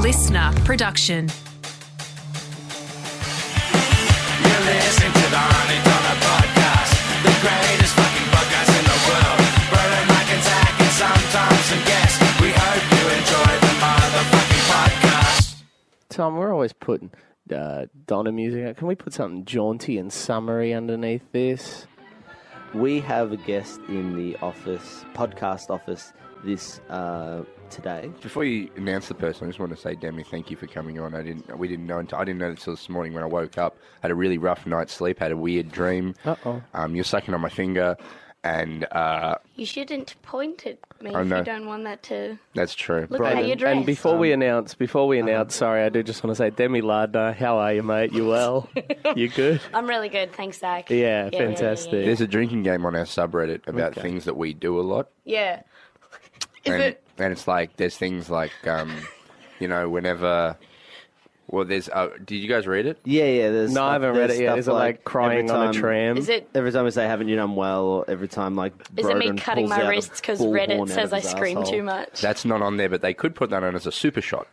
listener production. You listen to the Honey Dollar Podcast, the greatest fucking podcast in the world. Brian McIntyre and Sam Thompson guest. We hope you enjoy the motherfucking podcast. Tom, we're always putting uh, Donna music. out. Can we put something jaunty and summery underneath this? We have a guest in the office, podcast office, this uh, today. Before you announce the person, I just want to say, Demi, thank you for coming on. I didn't, we didn't know until I didn't know until this morning when I woke up. had a really rough night's sleep. Had a weird dream. Uh-oh. Um, you're sucking on my finger, and uh, You shouldn't point at me I if know. you don't want that to. that's true. Look at how you dress. And before we announce, before we announce, sorry, I do just want to say, Demi Lardner, how are you, mate? You well? you good? I'm really good, thanks, Zach. Yeah, fantastic. There's a drinking game on our subreddit about Okay. things that we do a lot, Yeah. Is and it? and it's like there's things like, um, you know, whenever. Well, there's. Uh, did you guys read it? Yeah, yeah. There's No, I stuff- haven't read there's it yet. stuff Is it like every crying on a time- tram? Is it? Every time we say haven't you done well, or every time like Is it me Broden cutting pulls my out a wrists because bullhorn Reddit out says of I his scream asshole? too much? That's not on there, but they could put that on as a super shot.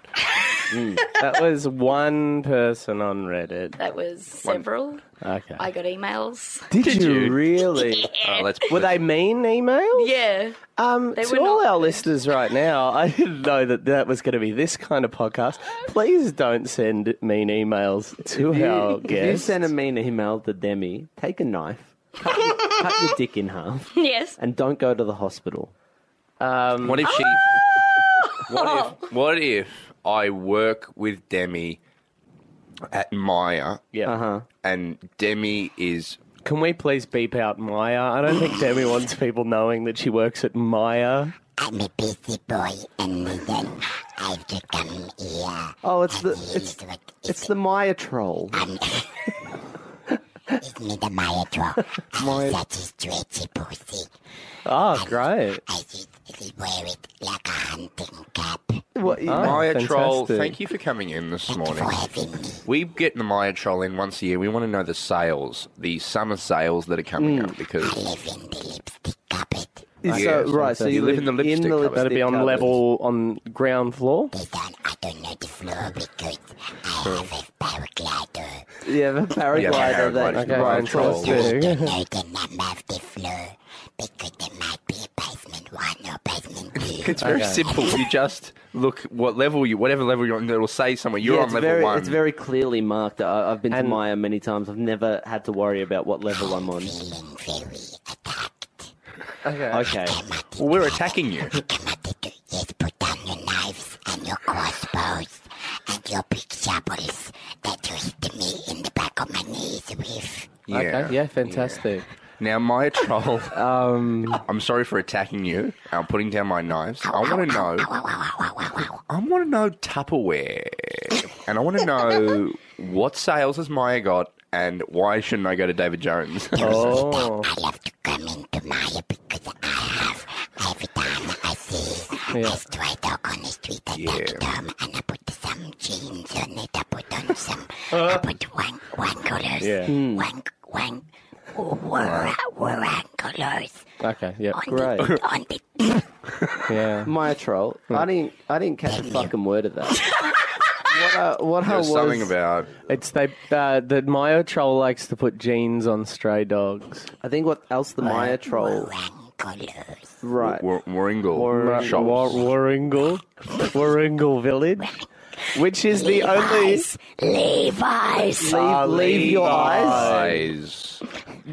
That was one person on Reddit. that was several. Okay. I got emails. did, you, really? Oh, Uh, let's. Were they mean emails? Yeah. Um, They to were all not our good. listeners right now, I didn't know that that was going to be this kind of podcast. Please don't send mean emails to our If you, if you guests. send a mean email to Demi, take a knife, cut, your- cut your dick in half, Yes. and don't go to the hospital. What if she? Oh! What if? What if I work with Demi at Maya, yeah. Uh huh. and Demi is Can we please beep out Maya? I don't think Demi wants people knowing that she works at Maya. I'm a busy boy and then I've to come here. Oh, it's the He's it's the it's the Maya troll. it's me the maestro. I'm such a stretchy pussy. Oh, great! I just wear it like a hunting cap What, Maya Troll. fantastic. Thank you for coming in this morning. for having me. We get the Maya Troll in once a year. We want to know the sales, the summer sales that are coming Mm. up because Live in the lipstick cupboard. So Yes. right, so You you, live in the lipstick cupboard. lipstick That'd be on cupboard. level on ground floor. This on, I don't know the floor because I have a paraglider. Yeah, the paraglider. paraglider. that, Okay, Ryan control. Troll. I don't know the number of the floor because there might be a basement one or basement two. it's very simple. You just look what level you, whatever level you're on. It'll say somewhere you're yeah, on it's level very, one. It's very clearly marked. I, I've been And- to Maya many times. I've never had to worry about what level I'm on. Feeling very attacked. Okay. well, we're attacking you. Come on, to do is put down your knives and your crossbows and your big shovels that you hit me in the back of my knees with. Yeah. Okay, yeah, fantastic. Now, Maya Troll. um, I'm sorry for attacking you. I'm putting down my knives. I want to know. I want to know Tupperware, and I want to know what sales has Maya got, and why shouldn't I go to David Jones? Oh, I love to come into Maya because I have every time I see Yeah. a stray dog on the street, I Yeah. take it home and I put some jeans on it. I put on some, I put one one colors, Yeah. one one one one colors okay, yeah, on Great. the on the. yeah. Maya troll. I didn't. I didn't catch a fucking word of that. what I, what I There's was something about It's they uh, the Maya troll likes to put jeans on stray dogs. I think what else the Maya troll. One colors. Right. Wor- Warringal. Warringal. shops. War- Warringal, Warringal Village, which is the only. Levi's, Levi's. Ah, leave, leave your eyes. Eyes.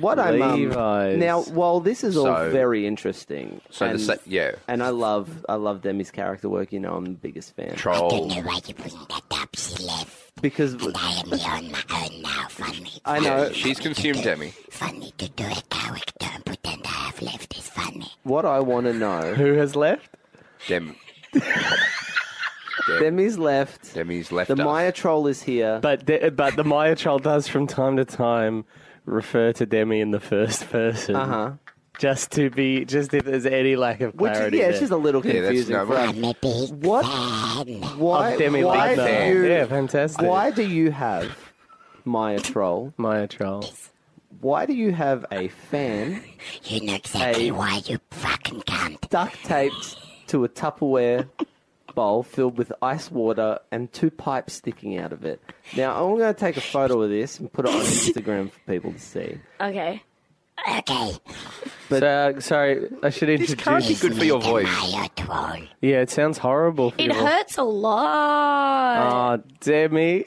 What I'm Levi's. um, now, while this is all So- very interesting, So the and, sa- yeah. and I love, I love Demi's character work. You know, I'm the biggest fan Don't Troll. know why you bring that up. She left. because I am here on my own now. Funny. I know Yeah, she's consumed Demi. Funny to do a character and pretend I have left is funny. what I want to know. Who has left? Demi. Demi's left. Demi's left The us. Maya troll is here. But the, but the Maya troll does from time to time refer to Demi in the first person. uh huh. Just to be just if there's any lack of Which clarity. yeah, it's there. just a little Yeah, that's confusing. no- for us. I'm a big What? fan. Why? Demi why Lardner. do you? Yeah, fantastic. Why do you have Maya troll? Maya troll? Why do you have a fan You know exactly Hey. why you fucking can't. duct taped to a Tupperware bowl filled with ice water and two pipes sticking out of it. Now, I'm going to take a photo of this and put it on Instagram for people to see. Okay. Okay, But uh, sorry, I should This can't be introduce. good for your voice. higher throne. Yeah, it sounds horrible. For It you. hurts a lot. Oh, Demi. I'm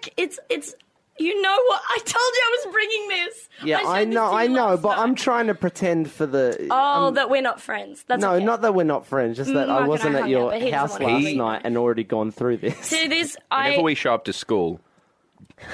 back. It's it's. You know what? I told you I was bringing this. Yeah, showed I, this know, to I you know, last but I'm night. trying to pretend for the. Oh, that we're not friends. That's no, okay. not that we're not friends, just that Mm, I I can wasn't hang at out, your but he doesn't house wanna last hang out. night and already gone through this. See this? I Whenever we show up to school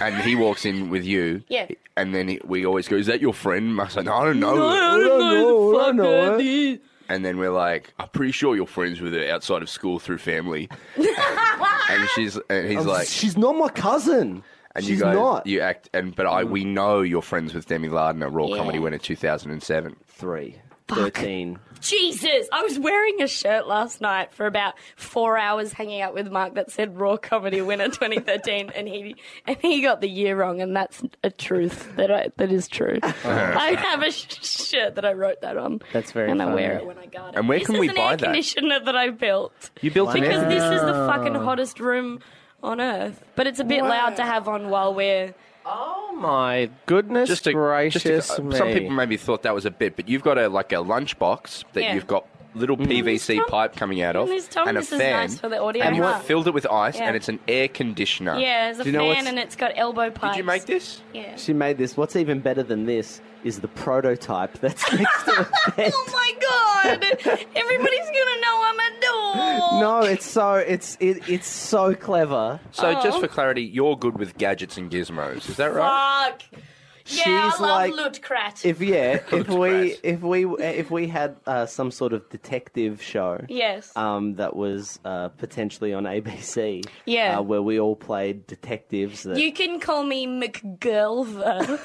and he walks in with you, Yeah. and then he, we always go, Is that your friend? And I say, "No, I don't know. I don't know, I don't know it. And then we're like, I'm pretty sure you're friends with her outside of school through family. Ah, and she's and he's like, Um, she's not my cousin. and she's you guys, not. you act, and but I we know you're friends with Demi Lardner, Raw Comedy winner 2007. Three. Thirteen. Jesus, I was wearing a shirt last night for about four hours, hanging out with Mark that said Raw Comedy Winner 2013, and he and he got the year wrong, and that's a truth that I, that is true. I have a sh- shirt that I wrote that on. That's very And I funny. wear it when I garden. And where this can is we an buy air that? conditioner that I built You built an because this is the fucking hottest room on earth, but it's a bit loud to have on while we're. Oh my goodness just to, gracious just to- me. uh, some people maybe thought that was a bit, but you've got a like a lunchbox that Yeah. you've got little PVC Tom- pipe coming out of, And there's Tom. and a This is fan, nice for the audio. and huh? you filled it with ice, Yeah. and it's an air conditioner. Yeah, there's a Do you know fan what's- and it's got elbow pipes. Did you make this? Yeah. She made this. What's even better than this is the prototype that's next to the bed. Oh my god! Everybody's gonna know I'm a doll. No, it's so it's it, it's so clever. So just Oh. for clarity, you're good with gadgets and gizmos, is that right? Fuck. Yeah, She's I love like- Lutcrat. If yeah, if we Christ. if we if we had uh, some sort of detective show, yes. um, that was uh, potentially on ABC, Yeah. uh, where we all played detectives. That you can call me McGulver.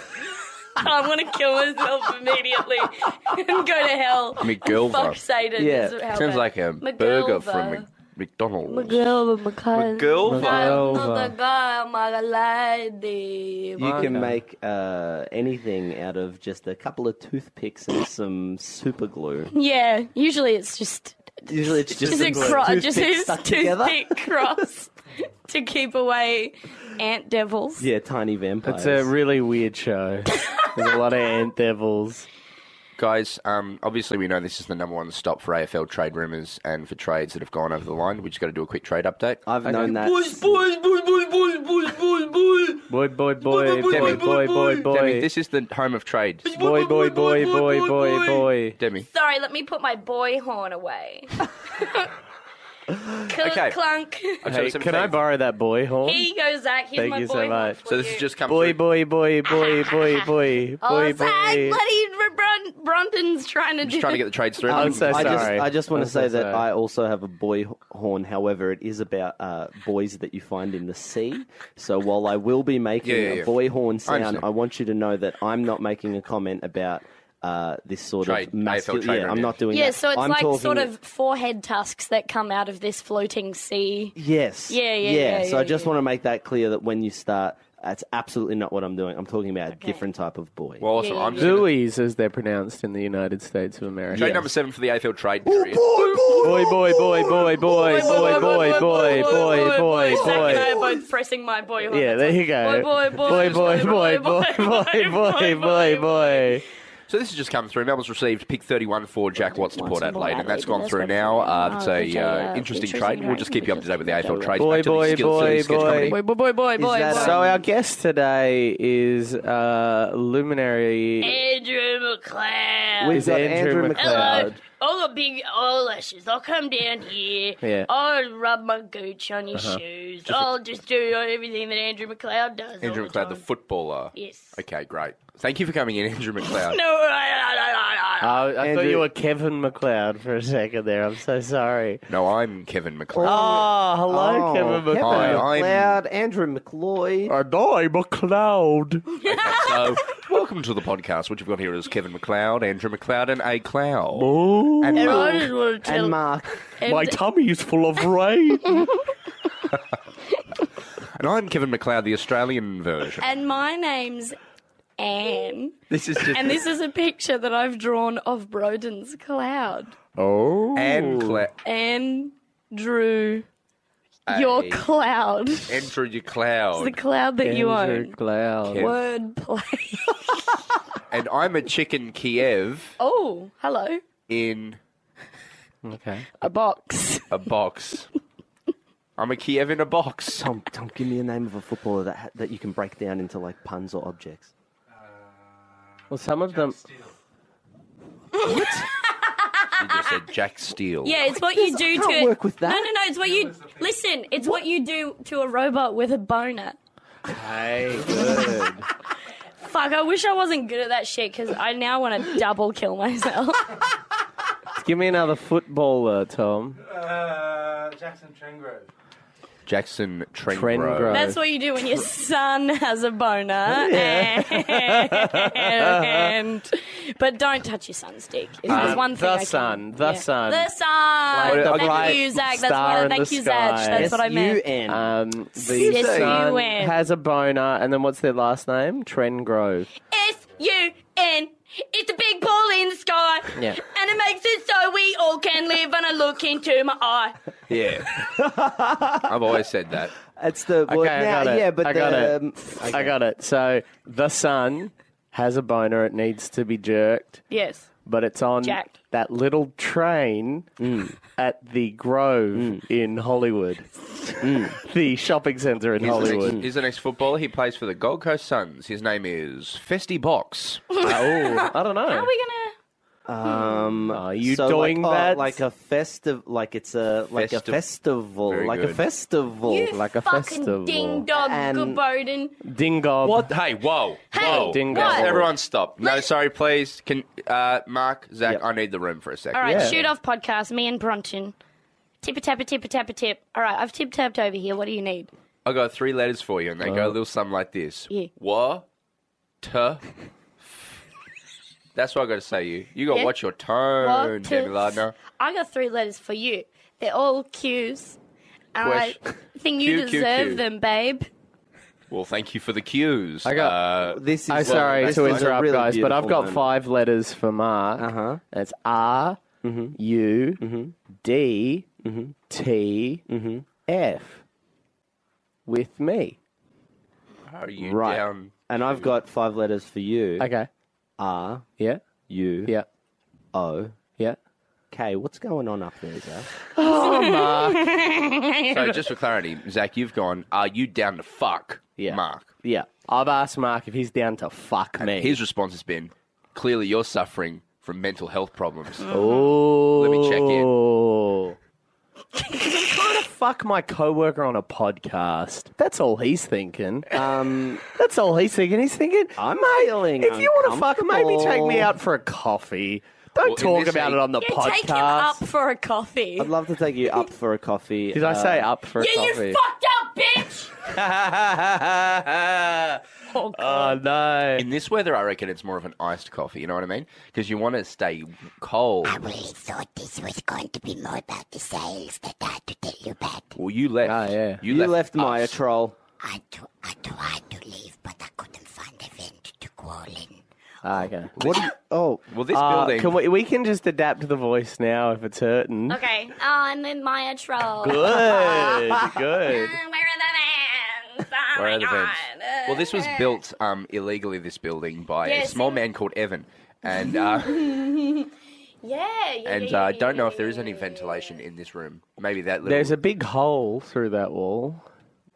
I want to kill myself immediately and go to hell. McGulver. Fuck Satan. Yeah. is how Sounds bad. like a McGulver. burger from Mc- McDonald's. McGulver, McCulver. McGulver. I'm not the guy, I'm a lady. you can make uh, anything out of just a couple of toothpicks and some super glue. Yeah, usually it's just Usually it's just, just a glue. cross, just toothpick a stuck together. toothpick cross to keep away ant devils. Yeah, tiny vampires. It's a really weird show. There's a lot of ant devils. Guys, um, obviously we know this is the number one stop for AFL trade rumours and for trades that have gone over the line. We just got to do a quick trade update. I've known that. boys, boys, boys, boys, boys, boys, boys. Boy, boy, boy, boy, boy, boy, boy, boy, Demi, boy, this is the home of trade. boy, boy, boy, boy, boy, boy. Demi, Sorry, let me put my boy horn away. Clunk, Okay. clunk. Hey, can I borrow that boy Here horn? you go, Zach. Here's Thank my you so boy horn much. for So this you. has just come Boy, through. boy, boy, boy, boy, boy, boy, Oh, Zach, boy. bloody Bron- Bronton's trying to do. Just trying to get the trades through. I'm so I just, Sorry. I just want I'm to so say that sorry. I also have a boy h- horn. However, it is about uh, boys that you find in the sea. So while I will be making Yeah, yeah, yeah. a boy horn sound, understand. I, want you to know that I'm not making a comment about uh, this sort Trade- of masculine. AFL trade Yeah, round, I'm not doing yeah, that. so it's I'm like talking- sort of forehead tusks that come out of this floating sea. Yes. Yeah, yeah, yeah, so I yeah, just yeah. want to make that clear that when you start, that's absolutely not what I'm doing. I'm talking about a different type of boy. Well, awesome. Yeah, I'm just gonna- Zooies, as they're pronounced in the United States of America. Trade number seven for the AFL trade period. Boy, boy, boy, boy, boy, boy, boy, boy, boy, boy, Zach and I boy. are both pressing my boy horn. Yeah, there you go. Boy, boy, boy, boy, boy, boy, boy, boy, boy, boy. So this has just come through. Melbourne's received pick 31 for Jack Watts to Watts Port to Port Adelaide, and that's Adelaide, gone that's through gone now. Uh, through. it's Oh, a it's a, uh, uh, interesting interesting trade. We'll just keep you up to date with the AFL trades. Boy, back to the boy, skills- boy, skills comedy. boy. Boy, boy, boy, boy, that, boy. So our guest today is uh, luminary. Andrew McLeod. We've Is got Andrew Andrew McLeod. McLeod. All the big eyelashes. I'll come down here. Yeah. I'll rub my gooch on your shoes. I'll just do everything that Andrew McLeod does. Andrew all the McLeod, the time. footballer. Yes. Okay, great. Thank you for coming in, Andrew McLeod. No, I- I- I- I- I- Oh, I, I thought Andrew- you were Kevin McLeod for a second there. I'm so sorry. No, I'm Kevin McLeod. Ah, Oh, hello, Oh, Kevin Kevin McLeod. Hi, I'm- McLeod, Andrew McLeod. And I'm McLeod. So, welcome to the podcast. What you've got here is Kevin McLeod, Andrew McLeod, and A Cloud. And I Mark. just want to tell and Mark. Oh, My tummy's full of rain. And I'm Kevin McLeod, the Australian version. And my name's Anne. This is just And this is a picture that I've drawn of Broden's cloud. oh. Anne Cla- Anne Drew your Hey. cloud. Enter your The cloud. cloud that you Andrew own. Cloud. Yeah. Wordplay. and I'm a chicken Kiev Oh, hello. in Okay. A box. a box. I'm a Kiev in a box. Tom, Tom, give me a name of a footballer that ha- that you can break down into like puns or objects. Uh, Well, some of them. You just said Jack Steele. Yeah, it's what you do I can't to work with that. No, no, no. It's what you listen. It's what you do to a robot with a boner. Hey, good. Fuck! I wish I wasn't good at that shit because I now want to double kill myself. Give me another footballer, Tom. Uh, Jackson Trengrove. Jackson Trengrove. Trengrove. That's what you do when your son has a boner. And, but don't touch your son's dick. Is the one Um, the thing. I can- son, the son. The son. Like the thank bright you, Zach. That's star what. in Thank the you, Zach. sky. That's what I meant. S-U-N. Um, the Yes, son you win. has a boner, and then what's their last name? Trengrove. S U N. It's a big pool in the sky. Yeah. And it makes it so we all can live and I look into my eye. Yeah. I've always said that. It's the well, Okay, I now- got it. yeah, but I the, got it. um, I got it. So the son has a boner. It needs to be jerked, Yes. but it's on Jacked. that little train Mm. at the Grove in Hollywood, Mm. the shopping centre in He's the, next, Hollywood. he's the next footballer. He plays for the Gold Coast Suns. His name is Festy Box. oh, I don't know. Are we gonna? um, Are you so doing like, oh, that? like a festive, like it's a like Festi- a festival, Very like a good. festival. You like a fucking festival. ding dog, And- good Bowden. dingo? What? Hey, whoa. Hey, whoa. Dingo. what? Everyone stop. No, sorry, please. Can uh, Mark, Zach, Yep. I need the room for a second. All right, Yeah. shoot off podcast. Me and Bronton. Tip a tap a tip a tap a tip. All right, I've tip tapped over here. What do you need? I got three letters for you, and they go a little something like this. Yeah. What? T. That's what I got to say. You. You got to Yeah. watch your Wa- tone, t- Demi Lardner. I got three letters for you. They're all Q's. And I Question. think you Q, Q, deserve Q. them, babe. Well, thank you for the cues. I got- Uh, This is I'm sorry this to is a interrupt, really guys, but I've got beautiful five letters for Mark. Uh-huh. Mm-hmm. It's R, U, D, T, Mm-hmm. F with me. are you moment. right? down? And I've got five letters for you: Okay. R Yeah. U Yeah. O Yeah. K. Oh. What's going on up there, Zach? So, just for clarity, Zach, you've gone. Are you down to fuck? Yeah. Mark. Yeah. I've asked Mark if he's down to fuck me. His response has been, clearly you're suffering from mental health problems. Oh. Let me check in. I'm trying to fuck my coworker on a podcast. That's all he's thinking. Um, That's all he's thinking. He's thinking, I'm mate, feeling if you want to fuck, maybe take me uncomfortable." out for a coffee. Don't Well, in talk this about case- it on the You podcast. take him up for a coffee. I'd love to take you up for a coffee. Uh, Did I say up for Yeah, a you coffee? fucked up, bitch! Ah. oh, oh, God. no. In this weather, I reckon it's more of an iced coffee. You know what I mean? Because you want to stay cold. Ah. I really thought this was going to be more about the sales that I had to tell you about. Well, you left. Ah, yeah. You, You, left, Maya us. troll. I, tr- I tried to leave, but I couldn't find a vent to crawl in. Ah, okay. What? Do you, oh, Well, this Uh, building. can we, we can just adapt the voice now if it's hurting. Okay. Oh, I'm in Maya Troll. Good, Uh, good. Where are the vans? Oh, Where my are the God. vents? Well, this was built um, illegally. This building by Yeah, a small see? man called Evan, and uh, Yeah, yeah, yeah, and yeah, uh, yeah, don't know if yeah, there is any yeah, ventilation in this room. Maybe that little. There's a big hole through that wall.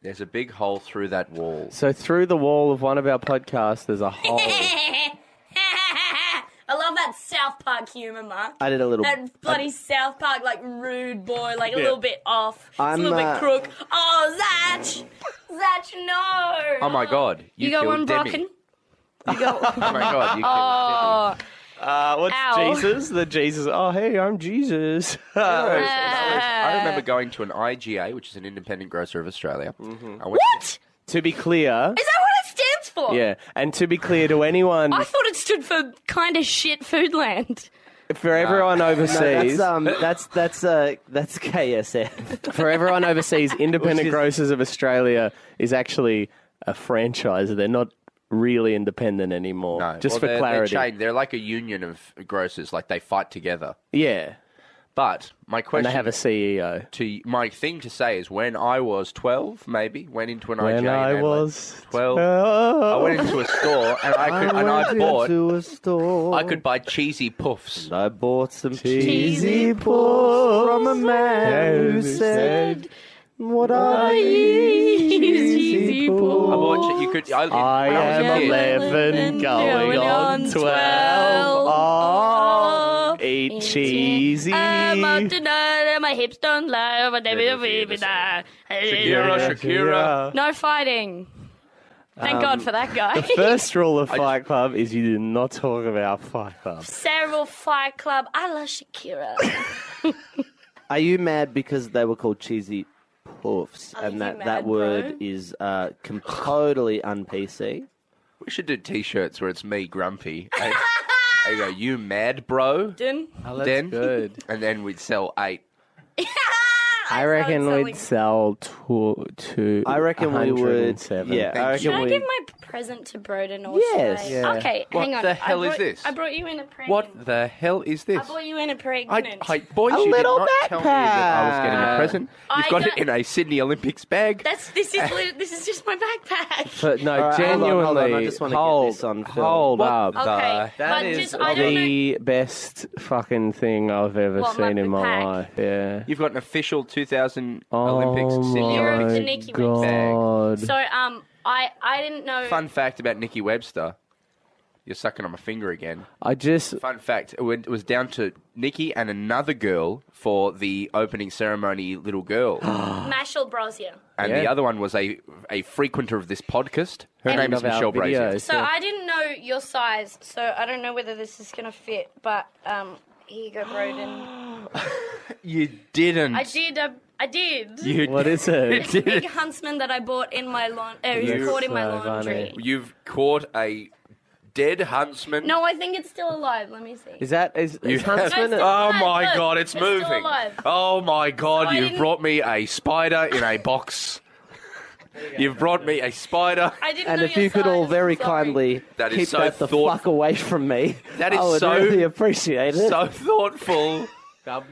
there's a big hole through that wall. So through the wall of one of our podcasts, there's a hole. yeah. I love that South Park humor, Mark. I did a little. That bloody South Park, like rude boy, like a Yeah. little bit off, It's I'm, a little uh, bit crook. Oh, Zach, Zach, no! Oh my god! You, You, go killed on Demi. Brocken. Oh my god! You killed Demi. Oh, Uh, what's Ow. Jesus? The Jesus. Oh, hey, I'm Jesus. Uh, I remember going to an IGA, which is an Independent Grocer of Australia. I went what? Is to be clear, that what it stands for? yeah, and to be clear to anyone, I thought it stood for kind of shit Foodland. for everyone overseas, That's um. That's that's uh. That's KSF. for everyone overseas, Independent is- Grocers of Australia is actually a franchise. They're not really independent anymore. No, just well, for they're, clarity, they're, chained. they're like a union of grocers. Like they fight together. yeah. But my And question they have a E CEO. to my thing to say is when I was 12, maybe went into an IGA. When in I Adelaide. was 12, I 12. went into a store and I could and I bought to a store. I could buy cheesy puffs. I bought some Cheesy cheesy puffs from a man who said, "What are you?" Cheesy I pool. bought che- you could I, I when I was am a kid, 11 going on 12. Oh, eat cheesy. I'm up tonight and my hips don't lie. but they will be with that. Shakira, Shakira. No fighting. Thank God for that guy. First rule of Fight Club is you do not talk about Fight Club. Cerebral Fight Club. I love Shakira. Are you mad because they were called cheesy puffs, you and that mad, that word bro? is uh, com- totally un PC? We should do t-shirts where it's me grumpy. I, I go, "You mad, bro?" Didn't- then Oh, good. and then we'd sell 8. I started reckon selling- we'd sell to, to I reckon we would. 107. Yeah, I Thank you. reckon Can I we. give my present to Broden or Yes. should I- Yeah. Okay, What hang on. the I hell is brought- this? I brought you in a pregnant. What the hell is this? I brought you in a I, pregnant. I, boys, A you did little not tell me that I was getting a backpack. present. You've I got, got- it in a Sydney Olympics bag. That's this is li- this is just my backpack. But no, All right, hold on, genuinely, hold on, I just wanna get hold, this on film. hold up. Okay, the- but is just I don't know. the best fucking thing I've ever What, seen in my my pack? life. Yeah. You've got an official 2000 Oh Olympics Sydney You're a my Olympics. Janiki God. So um, I I didn't know. Fun fact about Nikki Webster. You're sucking on my finger again. I just Fun fact: it went- it was down to Nikki and another girl for the opening ceremony, little girl, Mashal Brosia. and the Yeah. other one was a a frequenter of this podcast. Her And name is of our Michelle Brazier. videos. So Yeah. I didn't know your size, so I don't know whether this is gonna fit. But um, here you go, Broden. You didn't. I did. I, I did. You what is It's it? a big huntsman that I bought in my lawn. Uh, it was You- caught in my so laundry. funny. You've caught a dead huntsman. No, I think it's still alive. Let me see. Is that is, You is have- Huntsman? It's Oh alive, my look. god, it's, It's still moving. alive. Oh my god, I you've didn't- brought me a spider in a box. You've brought me a spider. I didn't and know if your you could all size, very sorry. kindly That is keep so that the thoughtful. fuck away from me, That is I would so- really appreciate it. So thoughtful.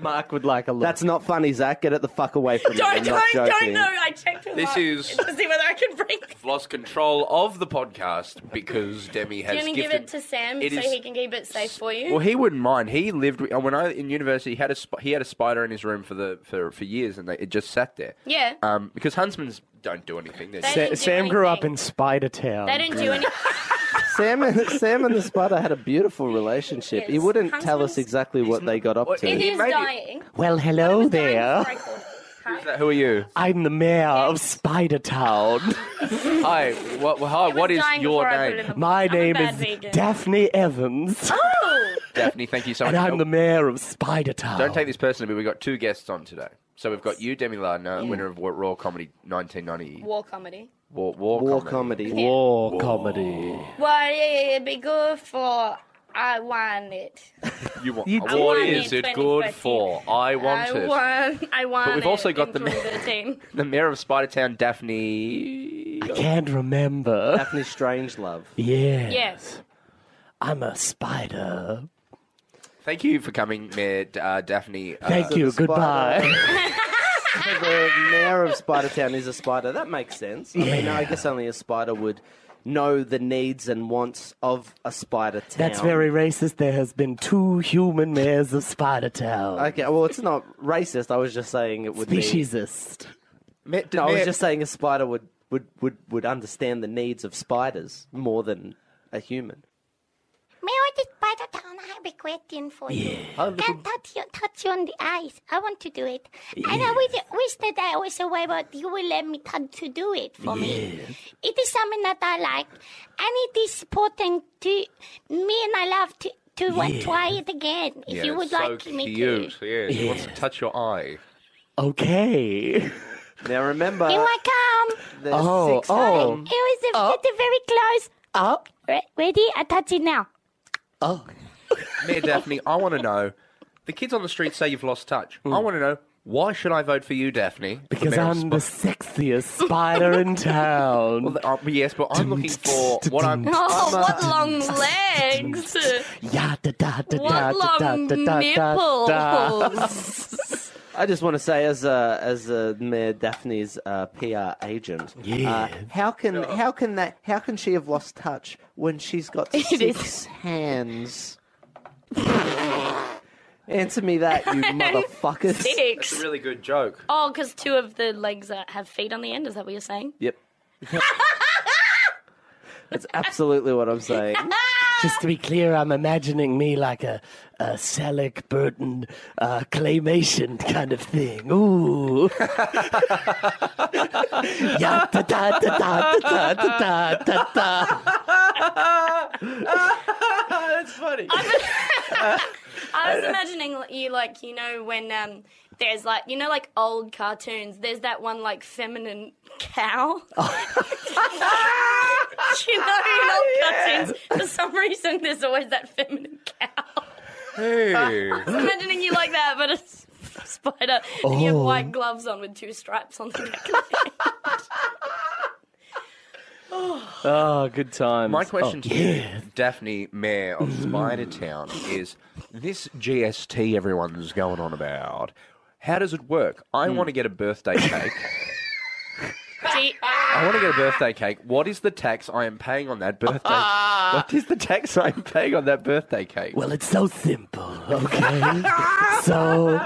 Mark would like a look. That's not funny, Zach. Get it the fuck away from me. Don't, I'm not don't, don't, joking. no. I checked with This Mark is- to see whether I can bring. Lost control of the podcast because Demi Do you has want to give gifted. it to Sam It so is- he can keep it safe for you? well, he wouldn't mind. He lived with- when I in university. He had a sp- he had a spider in his room for the for, for years, and they, it just sat there. yeah. Um, because huntsmen don't do anything. They're They- just- Sa- didn't do Sam grew up anything. in Spider Town. they didn't do Um, any. Sam and Sam and the spider had a beautiful relationship. He Yes. wouldn't tell us Huntsman's- exactly what they got up Well, It He to. is made it- dying. Well, It hello was dying there. before I called. Hi. Who are you? I'm the mayor of Spider Town. Hi. What? Hi. It was What is dying your before I put it in name? the- My I'm a name bad is vegan. Daphne Evans, Oh, Daphne. Thank you so much. Oh, and I'm the mayor of Spider Town. Don't take this personally, but we've got two guests on today. So we've got you, Demi Lardner, winner of Wa- Raw Comedy 1990. war comedy. War, war, War Comedy. comedy. war comedy. Well, yeah, it'd be good for. I want it. You want, You what did. I want is it it good 2013. for? I want I it. want. I want. we've it also got in the- 2013. The mayor of Spidertown, Daphne. Can't remember. Daphne Strange Love. Yes. Yes. I'm a spider. Thank you for coming, Mayor uh, Daphne. Uh, Thank you. spider. Goodbye. the mayor of Spider Town is a spider. That makes sense. I mean, I guess only a spider would know the needs and wants of a spider town. That's very racist. There has been two human mayors of Spider Town. Okay, well, it's not racist. I was just saying it would be. Speciesist. Ma- d- No, I was Mayor- just saying a spider would, would, would, would understand the needs of spiders more than a human. Mayor, this spider town, I have a question for you. Can't touch you, touch you on the eyes. I want to do it. And I wish, wish that I was aware, but you will let me touch to do it for me. It is something that I like, and it is important to me, and I love to, to want to try it again if yeah, you would it's so like me to. cute. Yeah, she wants to touch your eye. Okay. Now remember, Here I come. there's Oh, six oh, It was a, it's a very close. up. Re- Ready? I touch it now. Oh. Mayor Daphne, I want to know. The kids on the street say you've lost touch. I want to know Why should I vote for you, Daphne? for Because mayor of I'm the Sp- sexiest spider in town. Well, th- uh, yes, but I'm looking for what I'm. Oh, what long legs! Ya da da da da What da da long da da da. nipples! I just want to say, as a, as a Mayor Daphne's uh, PR agent, uh, how can how can that how can she have lost touch when she's got six hands? Answer me that, you motherfuckers! Dicks. Really good joke. Oh, because two of the legs are, have feet on the end. Is that what you're saying? Yep, that's absolutely what I'm saying. Ah! Just to be clear, I'm imagining me like a, a Selick Burton uh, claymation kind of thing. Ooh. ya da da da da da da da da da. I was imagining you like you know when um, there's like you know like old cartoons. There's that one like feminine cow. you know in old cartoons for some reason there's always that feminine cow. Hey. I was imagining you like that, but it's a spider. And you have Oh. white gloves on with two stripes on the back. of it. Oh, good times. My question Oh, to you, Daphne, Mayor of Mm. Spider Town, is this GST everyone's going on about? How does it work? I Mm. want to get a birthday cake. Gee, I want to get a birthday cake. What is the tax I am paying on that birthday? what is the tax I am paying on that birthday cake? Well, it's so simple, okay? so,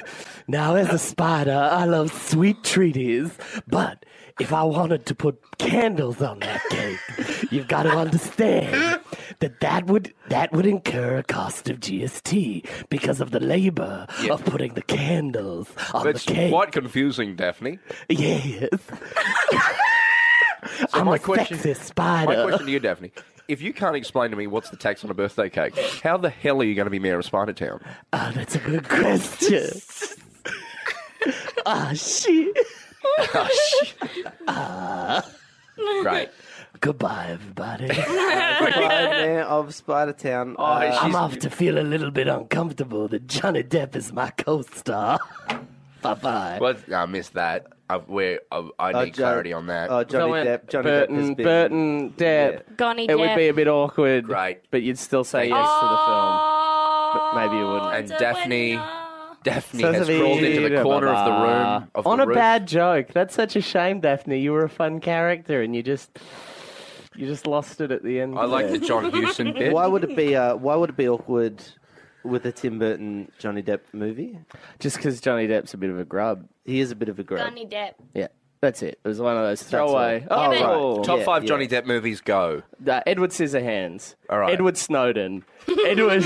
now as a spider, I love sweet treaties, but if I wanted to put candles on that cake, you've got to understand that that would that would incur a cost of GST because of the labor of putting the candles on it's the cake. quite confusing, Daphne. Yes. So I'm my a question- sexist My spider. question to you, Daphne. If you can't explain to me what's the tax on a birthday cake, how the hell are you going to be mayor of Spider Town? Oh, that's a good question. Ah, shit. Uh, Great. Goodbye, everybody. Oh, Goodbye, Mayor of Spider Town. Uh, I'm off to feel a little bit uncomfortable that Johnny Depp is my co-star. bye bye. Well, I missed uh, that. I, where I, I need Jo- clarity on that. uh, Johnny Depp. Johnny Depp has Burton, been- Burton, Depp. Gonny It would be a bit awkward, Right. But you'd still say Thank yes you. to the film. oh, maybe you wouldn't. And Daphne- Daphne Says has of crawled into the Eva corner of the Baba. room. Of On the a roof. bad joke. That's such a shame, Daphne. You were a fun character, and you just you just lost it at the end. I like the John Hewson bit. Why would it be? Uh, why would it be awkward with a Tim Burton Johnny Depp movie? just because Johnny Depp's a bit of a grub. He is a bit of a grub. Gonny Depp. Yeah, that's it. It was one of those all. throwaway. Yeah, but- Oh, Top Yeah, five yeah. Johnny Depp movies go. uh, Edward Scissorhands. All right. Edward Snowden. Edward.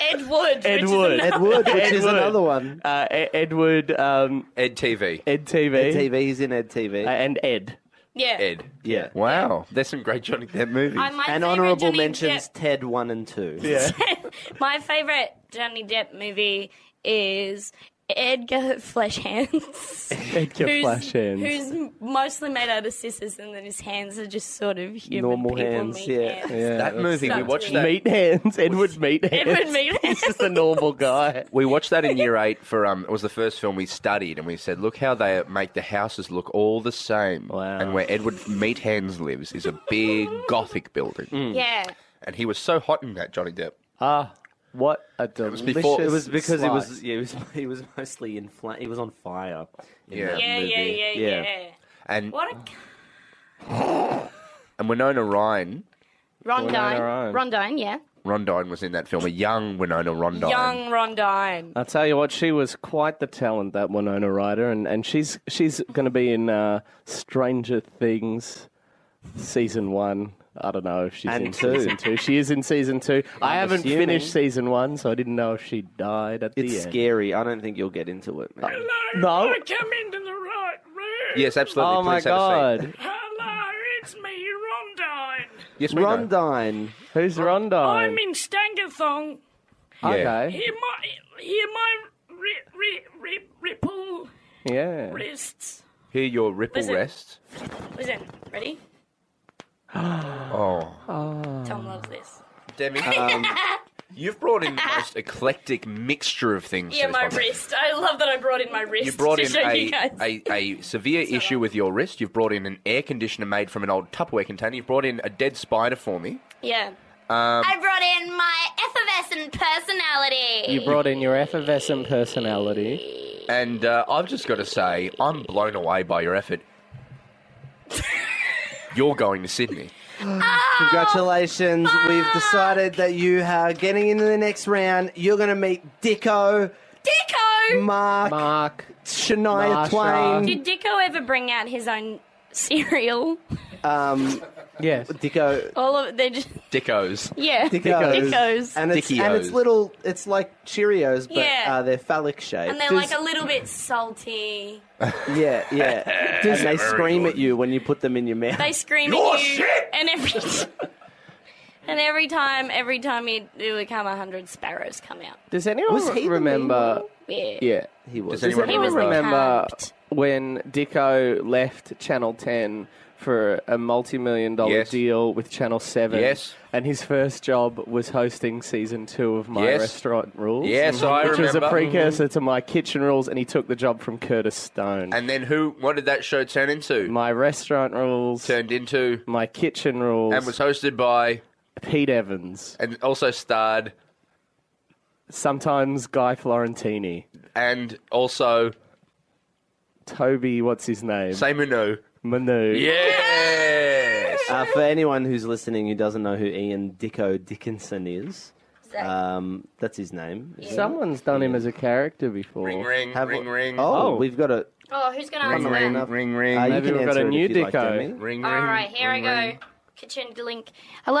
Ed Wood. which is Wood. Oh, another- Ed Wood, which is Wood. another one. uh, E- Edward. Um, Ed TV. Ed TV. Ed TV. He's in Ed TV. Uh, and Ed. yeah. Ed. yeah. Wow. There's some great Johnny Depp movies. I- my And favourite honourable Johnny mentions Ted one and two. Yeah. Depp- my favorite Johnny Depp movie is Edgar Flesh Hands. Edgar who's, Flashhands. who's m- mostly made out of scissors, and then his hands are just sort of human Normal people hands, meat yeah. hands. Yeah, that that's- movie, we sounds watched weird. that. Meat hands. Edward Meat hands. Edward Meat He's just a normal guy. We watched that in year eight for um. It was the first film we studied, and we said, "Look how they make the houses look all the same." Wow. And where Edward Meat Hands lives is a big Gothic building, Hmm. Yeah. and he was so hot in that Johnny Depp. Ah, what a delicious. before- It was because he was slice. yeah, he was he was mostly in fla- he was on fire. in Yeah. that Yeah, yeah, movie. yeah, yeah, And What a. c- and Winona Ryan, Rondine. Ryan. Rondine, yeah. Rondine was in that film. A young Winona Rondine. Young Rondine. Uh, I'll tell you what, she was quite the talent, that Winona Ryder, and, and she's she's going to be in uh, Stranger Things season one. I don't know if she's And in two. season two. She is in season 2 I'm I have not assuming. finished season one, so I didn't know if she died at It's the end. scary. I don't think you'll get into it. Man. No. Come into the right room. Yes, absolutely. Oh my Please have a god. seat. Hello, it's me, Rondine. Yes, we know. Rondine. Who's Rondine? I'm in Stangathong. Okay. Hear my, hear my ri, ri, ri, ripple Yeah. wrists. Hear your ripple Listen. rest. Listen, ready? Oh, Tom loves this. Demi. You've brought in the most eclectic mixture of things. to Yeah, this my podcast. wrist. I love that I brought in my wrist. You brought to in show you a, guys. a, a severe issue with your wrist. You've brought in an air conditioner made from an old Tupperware container. You've brought in a dead spider for me. yeah. I brought in my effervescent personality. You brought in your effervescent personality. And uh, I've just got to say, I'm blown away by your effort. You're going to Sydney. Congratulations. We've decided that you are getting into the next round. You're going to meet Dicko, Dicko! Mark, Mark. Shania Marsha. Twain. Did Dicko ever bring out his own cereal? Um, Yes. Dicko. All of they just Dicko's. yeah. Dicko's. Dicko's. And it's, and Dickios. it's little, it's like Cheerios, but Yeah. uh, they're phallic shaped. And they're like a little bit salty. Yeah, yeah. and they scream at you when you put them in your mouth. They scream at you, and every and every time, every time you do become a hundred sparrows come out. Does anyone Was he the remember? Yeah, Yeah. he was. Does anyone He was remember? remember Tapped. when Dicko left Channel 10 for a multi-million dollar Yes. deal with Channel 7? Yes. And his first job was hosting season two of My Yes. Restaurant Rules. Yes, I Which was a remember. Mm-hmm. precursor to My Kitchen Rules, and he took the job from Curtis Stone. And then who? What did that show turn into? my Restaurant Rules, Turned into My Kitchen Rules, and was hosted by Pete Evans, and also starred sometimes Guy Florentini, and also Toby, what's his name? Samunu. Manu. Yes. Uh, for anyone who's listening who doesn't know who Ian Dicko Dickinson is, um, that's his name. Someone's done him as a character before. Ring ring Have- ring ring. Oh, Oh. we've got a. Oh, who's gonna Ring answer ring that? ring Uh, ring you Maybe can we've got answer a it new if you'd like, Dicko. Demi. ring. All right, here ring, I ring. go. Kitchen link. Hello.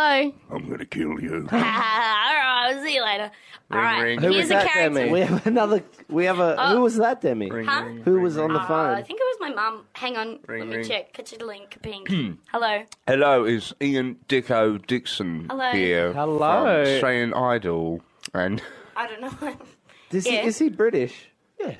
I'm gonna kill you. All right, I'll see you later. All Ring, right, ring. Who Who here's was a that, character. Demi? We have another. We have a. Oh. who was that, Demi? Huh? Who was on the Uh, phone? I think it was my mum. Hang on, Ring, let me ring. check. Kitchen link. Ping. Hello. Hello, it's Ian Dicko Dixon Hello. here. Hello. From Australian Idol. And I don't know. is, he, yeah. is he British? Yes.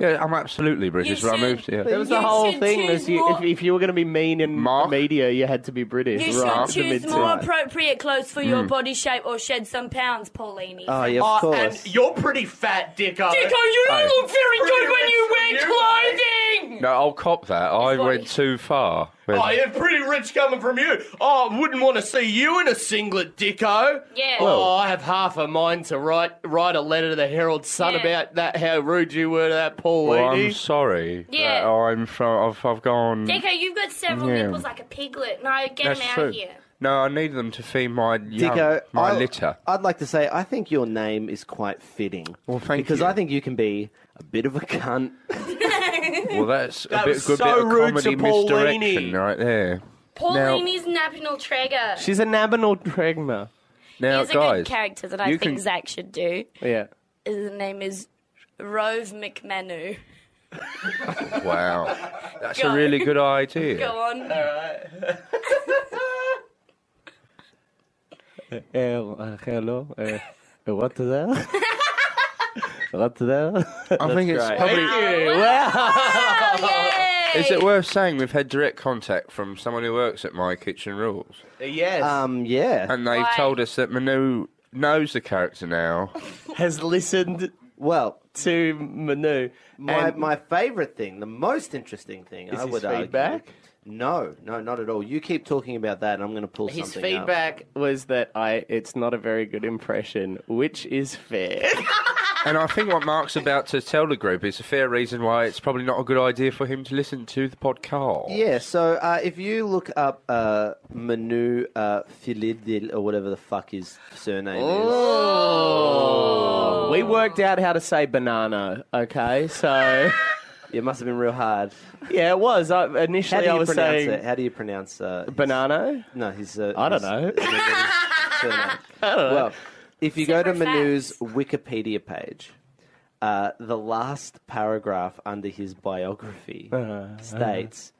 yeah, I'm absolutely British, You but I should- moved here. That was You the whole should thing. choose Was you, more- if, if you were going to be mean in Mark? media, you had to be British. You should right? choose The more midterm. appropriate clothes for your body shape or shed some pounds, Paulini. Uh, Oh, yeah, of course. you're pretty fat, Dicko. Dicko, you look very good when you wear you. clothing! No, I'll cop that. I His went body. too far. with- Oh, you're pretty rich coming from you. Oh, I wouldn't want to see you in a singlet, Dicko. Yeah. Oh, I have half a mind to write write a letter to the Herald Sun Yeah. about that. How rude you were to that poor Well, lady. I'm sorry. Yeah. that I'm from. I've, I've gone. Dicko, you've got several Yeah. nipples like a piglet. No, get That's him out true. of here. No, I need them to feed my young, Dicko, my I'll- litter. I'd like to say I think your name is quite fitting. Well, thank because you. I think you can be a bit of a cunt. Well, that's a That bit, was good so bit of rude to comedy Paulini. misdirection right there. Paulini's Napinal Traeger. She's a nabinal dragma. Now, Here's a guys, good character that I you think can- Zach should do. Yeah. His name is Rove McManu. wow, that's Go. a really good idea. Go on. Eh, hello. Eh, what the What the I think it's great. probably. Yay! Is it worth saying we've had direct contact from someone who works at My Kitchen Rules, yes. Um, yeah. and they've Why? told us that Manu knows the character now. Has listened Well, to Manu. My, and my favourite thing, the most interesting thing, I his would feedback? argue. No, no, not at all. You keep talking about that, and I'm going to pull his something up. feedback was that I it's not a very good impression, which is fair. And I think what Mark's about to tell the group is a fair reason why it's probably not a good idea for him to listen to the podcast. Yeah, so uh, if you look up uh, Manu uh, Filidil or whatever the fuck his surname Oh. Oh. we worked out how to say banana, okay? So is, it must have been real hard. yeah, it was. I, How initially do you I was pronounce saying it? How do you pronounce uh, his- banana. No, his. Uh, I don't his- know. surname. Well, if you go to Separate Manu's Wikipedia page, uh, the last paragraph under his Uh, biography states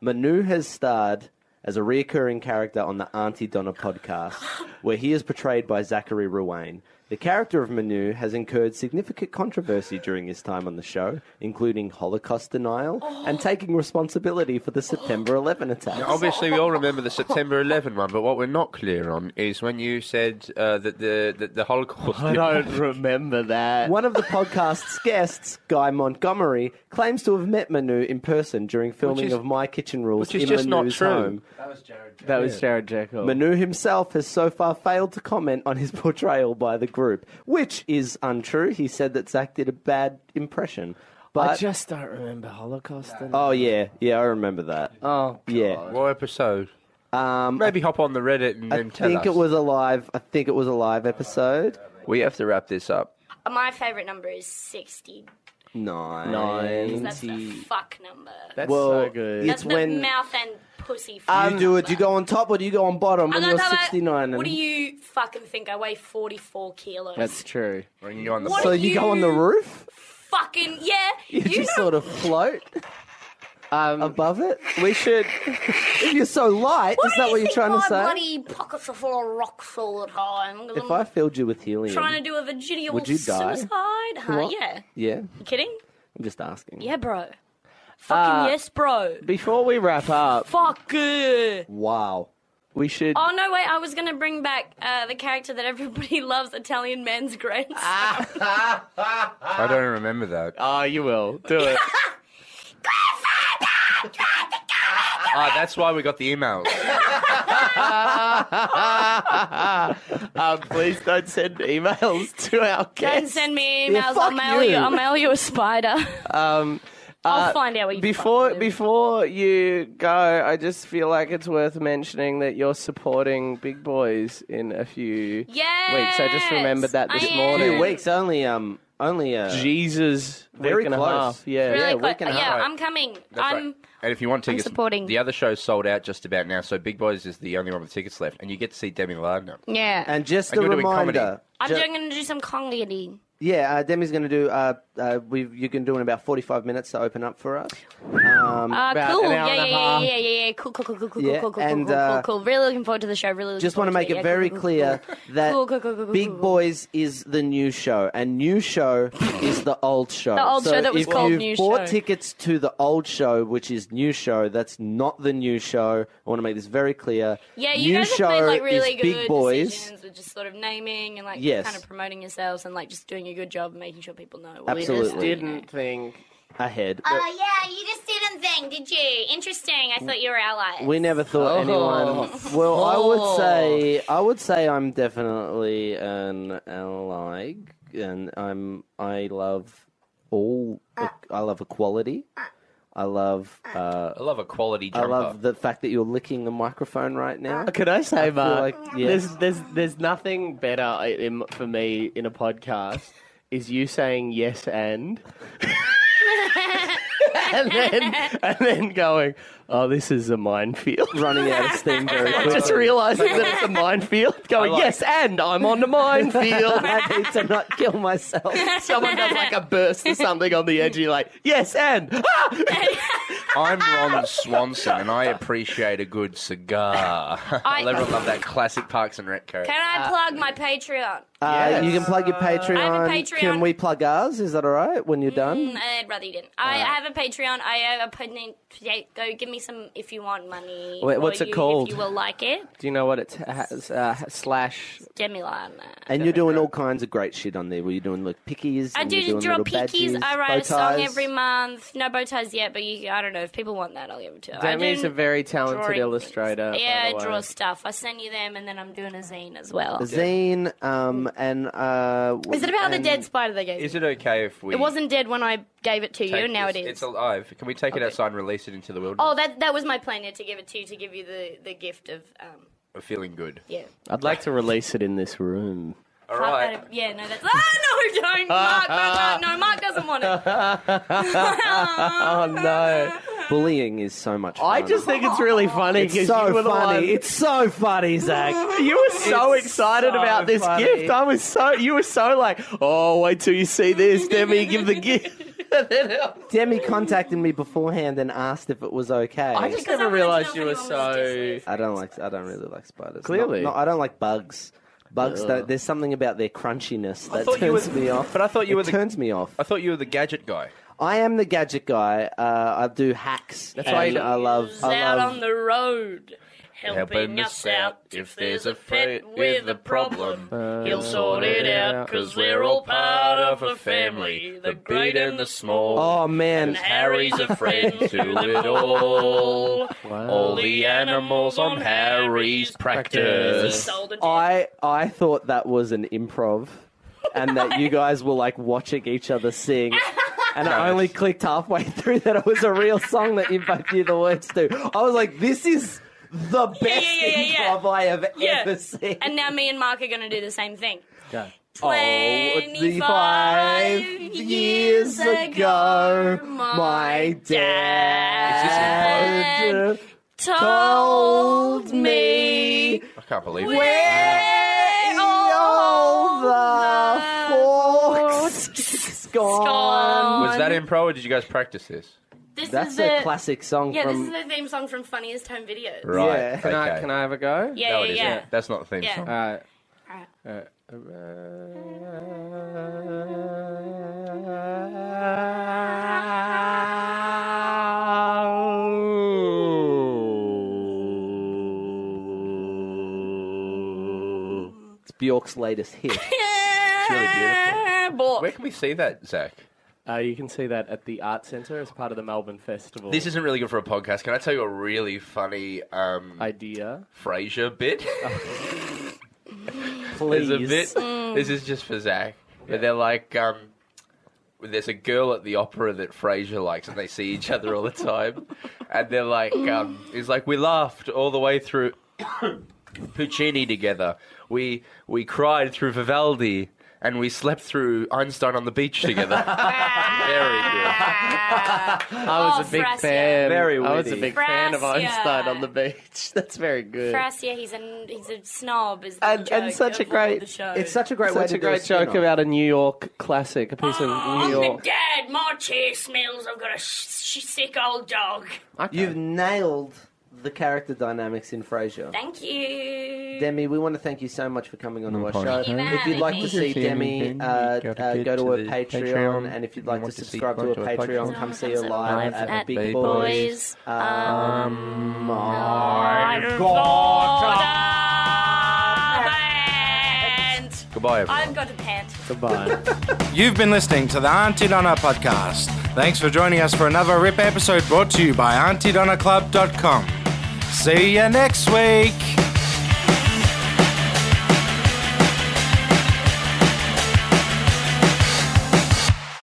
Manu has starred as a reoccurring character on the Auntie Donna podcast, where he is portrayed by Zachary Ruane. The character of Manu has incurred significant controversy during his time on the show, including Holocaust denial and taking responsibility for the September 11 attacks. Obviously, we all remember the September 11 one, but what we're not clear on is when you said uh, that the that the Holocaust. I don't remember that. One of the podcast's guests, Guy Montgomery, claims to have met Manu in person during filming is- of My Kitchen Rules which is in just not Manu's true. home. That was Jared. That was Jared Jekyll. Manu himself has so far failed to comment on his portrayal by the group, which is untrue. He said that Zach did a bad impression. But I just don't remember Holocaust. and- oh yeah, yeah, I remember that. Oh, yeah, What episode? um, Maybe hop on the Reddit and, I and tell think us. it was a live. I think it was a live episode. We have to wrap this up. Uh, My favourite number is 60. Nine. Nine. That's the fuck number. that's Well, so good. That's it's the when mouth and pussy fuck you do it. number. Do you go on top or do you go on bottom I when got you're that, but 69? What and- do you fucking think? I weigh 44 kilos. That's true. Bring you on the What so are you go on the you- roof? Fucking, yeah. You, just know- sort of float Um, above it? We should. if you're so light, What is do that you what you're think trying to my say? bloody pockets are full of rocks all the time. 'Cause If I'm I filled you with helium, trying to do a Virginia Would you die? suicide, huh? What? Yeah. yeah, You kidding? I'm just asking. Yeah, bro. Fucking Uh, yes, bro. Before we wrap up, Fuck. uh. Wow. we should. Oh no, wait! I was gonna bring back uh, the character that everybody loves, Italian man's grace. Ah, I don't remember that. Oh, you will do it. Ah, that's why we got the emails. um, please don't send emails to our Don't guests. send me emails. Yeah, I'll fuck mail you. you. I'll mail you a spider. Um, I'll uh, find out what you before fucking do. before you go, I just feel like it's worth mentioning that you're supporting Big Boys in a few weeks. I just remembered that Yes, this I am. morning. Two weeks only. Um, only uh, Jesus, Very week and close. a half. Yeah, Really Yeah, quick. week and a uh, yeah, half. I'm coming. That's I'm. right. And if you want tickets, supporting. the other show's sold out just about now. So Big Boys is the only one with tickets left, and you get to see Demi Lardner. Yeah. and just And a you're doing reminder. comedy. I'm ju- doing, gonna do some comedy. yeah, uh, Demi's going to do. Uh, uh, we've, you can do in about forty-five minutes to open up for us. Um, Uh, About cool. an Yeah, hour yeah, and a yeah, half. yeah, yeah, yeah. Cool, cool, cool, cool, cool, Yeah, cool, cool, and, cool, uh, cool, cool. Really looking forward to the show. Really looking just want to make it yeah, very cool, cool, cool, clear cool. that Cool, cool, cool, cool, cool, Big cool. Boys is the new show, and new show is the old show. The old So show that was if called you new bought show. tickets to the old show, which is new show, that's not the new show. I want to make this very clear. Yeah, you new guys have show made like is really good Big Boys. decisions with just sort of naming and like Yes. kind of promoting yourselves and like just doing a good job of making sure people know. What Absolutely. It is. just didn't think. ahead. Oh, Uh, yeah, you just didn't think, did you? Interesting. I thought you were allies. We never thought Oh. anyone. Well, I would say I would say I'm definitely an ally, and I'm I love all. I love equality. I love. Uh, I love a quality I jumper. love the fact that you're licking the microphone right now. Could I say, Mark? like- yeah. There's there's there's nothing better i- in, for me in a podcast is you saying yes and. and then and then going, oh, this is a minefield. Running out of steam very Just quickly. realising that it's a minefield. Going, like- yes, and I'm on the minefield. I need to not kill myself. Someone does like a burst or something on the edge. And you're like, yes, and ah! I'm Ron Swanson, and I appreciate a good cigar. I- Everyone love that classic Parks and Rec coat. Can I plug my Patreon? Uh, you can plug your Patreon. I have a Patreon. Can we plug ours? Is that all right when you're done? Mm, I'd rather you didn't. I, I have a Patreon. I have a Patreon. Go give me some if you want money. Wait, or what's it you- called? If you will like it, Do you know what it's has, uh, slash? Demi Lana. And you're doing all kinds of great shit on there. Where you're doing like pickies. I and do you're doing draw little pickies. badges, I write bow a song ties. every month. No bow ties yet, but you, I don't know if people want that. I'll give it to them. Demi's a very talented illustrator. by the Yeah, I way. draw stuff. I send you them, and then I'm doing a zine as well. A zine. Um, and uh, Is it about the and- dead spider they gave? Is you? it okay if we? It wasn't dead when I gave it to you. take and Now this- it is. It's alive. Can we take it outside and release it into the wilderness? oh, that that was my plan yeah, to give it to you to give you the the gift of um We're feeling good. yeah. Uh, I'd like to release it in this room. All Mark, right. that- yeah, no, that's ah no, don't Mark, Mark, Mark, no, Mark doesn't want it. Oh no! Bullying is so much. Fun. I just think it's really funny It's because so you were the one. funny. It's so funny, Zach. you were so It's excited so about this funny. gift. I was so you were so like, oh, wait till you see this, Demi, give the gift. And then I was- Demi contacted me beforehand and asked if it was okay. I just Because I never wanted realised to know you if were anyone was so. just- I don't like. I don't really like spiders. Clearly. no, no, I don't like bugs. Bugs, Ugh. don't, there's something about their crunchiness that thought you turns were- me off. but I thought you It were the- turns me off. I thought you were the gadget guy. I am the gadget guy. Uh, I do hacks. That's why you- I love. Who's I out love. on the road, helping us out. if there's a pet with a problem. He'll sort it out, cause we're all part of a family. The great and the small. Oh man, Harry's a friend to it all. All the animals on Harry's practice. I I thought that was an improv, and that you guys were like watching each other sing. And I No. only clicked halfway through that it was a real song that you both knew the words to. I was like, this is the best yeah, yeah, yeah. improv I have Yeah. ever seen. And now me and Mark are going to do the same thing. Oh, 25 years ago, my dad told me I can't believe it. where all the Oh, forks gone. Was that impro or did you guys practice this? This That's is a the, classic song Yeah, from. this is the theme song from Funniest Home Videos. Right. Yeah. Can I okay. can I have a go? Yeah, No, yeah, it isn't. yeah. That's not the theme Yeah. song. Alright. Alright. Uh, It's Bjork's latest hit. It's really beautiful. Bork. Where can we see that, Zach? Uh, you can see that at the Art Centre as part of the Melbourne Festival. This isn't really good for a podcast. Can I tell you a really funny um, idea. Frasier bit? Please. there's a bit. Mm. This is just for Zach. But they're like, um, there's a girl at the opera that Frasier likes, and they see each other all the time. And they're like, Mm. um, he's like, we laughed all the way through Puccini together. We we cried through Vivaldi, and we slept through Einstein on the beach together. Very good. I was Oh, a big Frasia. fan. Very I was Oh, a witty. big fan of Frasia. Einstein on the beach. That's very good. Frasia, he's a he's a snob. Is the and, and joke such a of all great. The show. It's such a great way Such to a do great spin-off. joke about a New York classic, a piece of New Oh, York. Dad, my chair smells. I've got a sh- sh- sick old dog. You've nailed the character dynamics in Frasier. Thank you. Demi, we want to thank you so much for coming on to our show. Thank you for If you'd having like me. to see Demi, uh, uh, Gotta go to get to her the Patreon, Patreon. and if you'd You like to want to see- subscribe to go her to her Patreon, Patreon. come see her live at Big Big Boys. Boys. Um, I've got a pant. Goodbye, everyone. I've got a pant. Goodbye. You've been listening to the Auntie Donna podcast. Thanks for joining us for another RIP episode brought to you by AuntieDonnaClub.com. See you next week.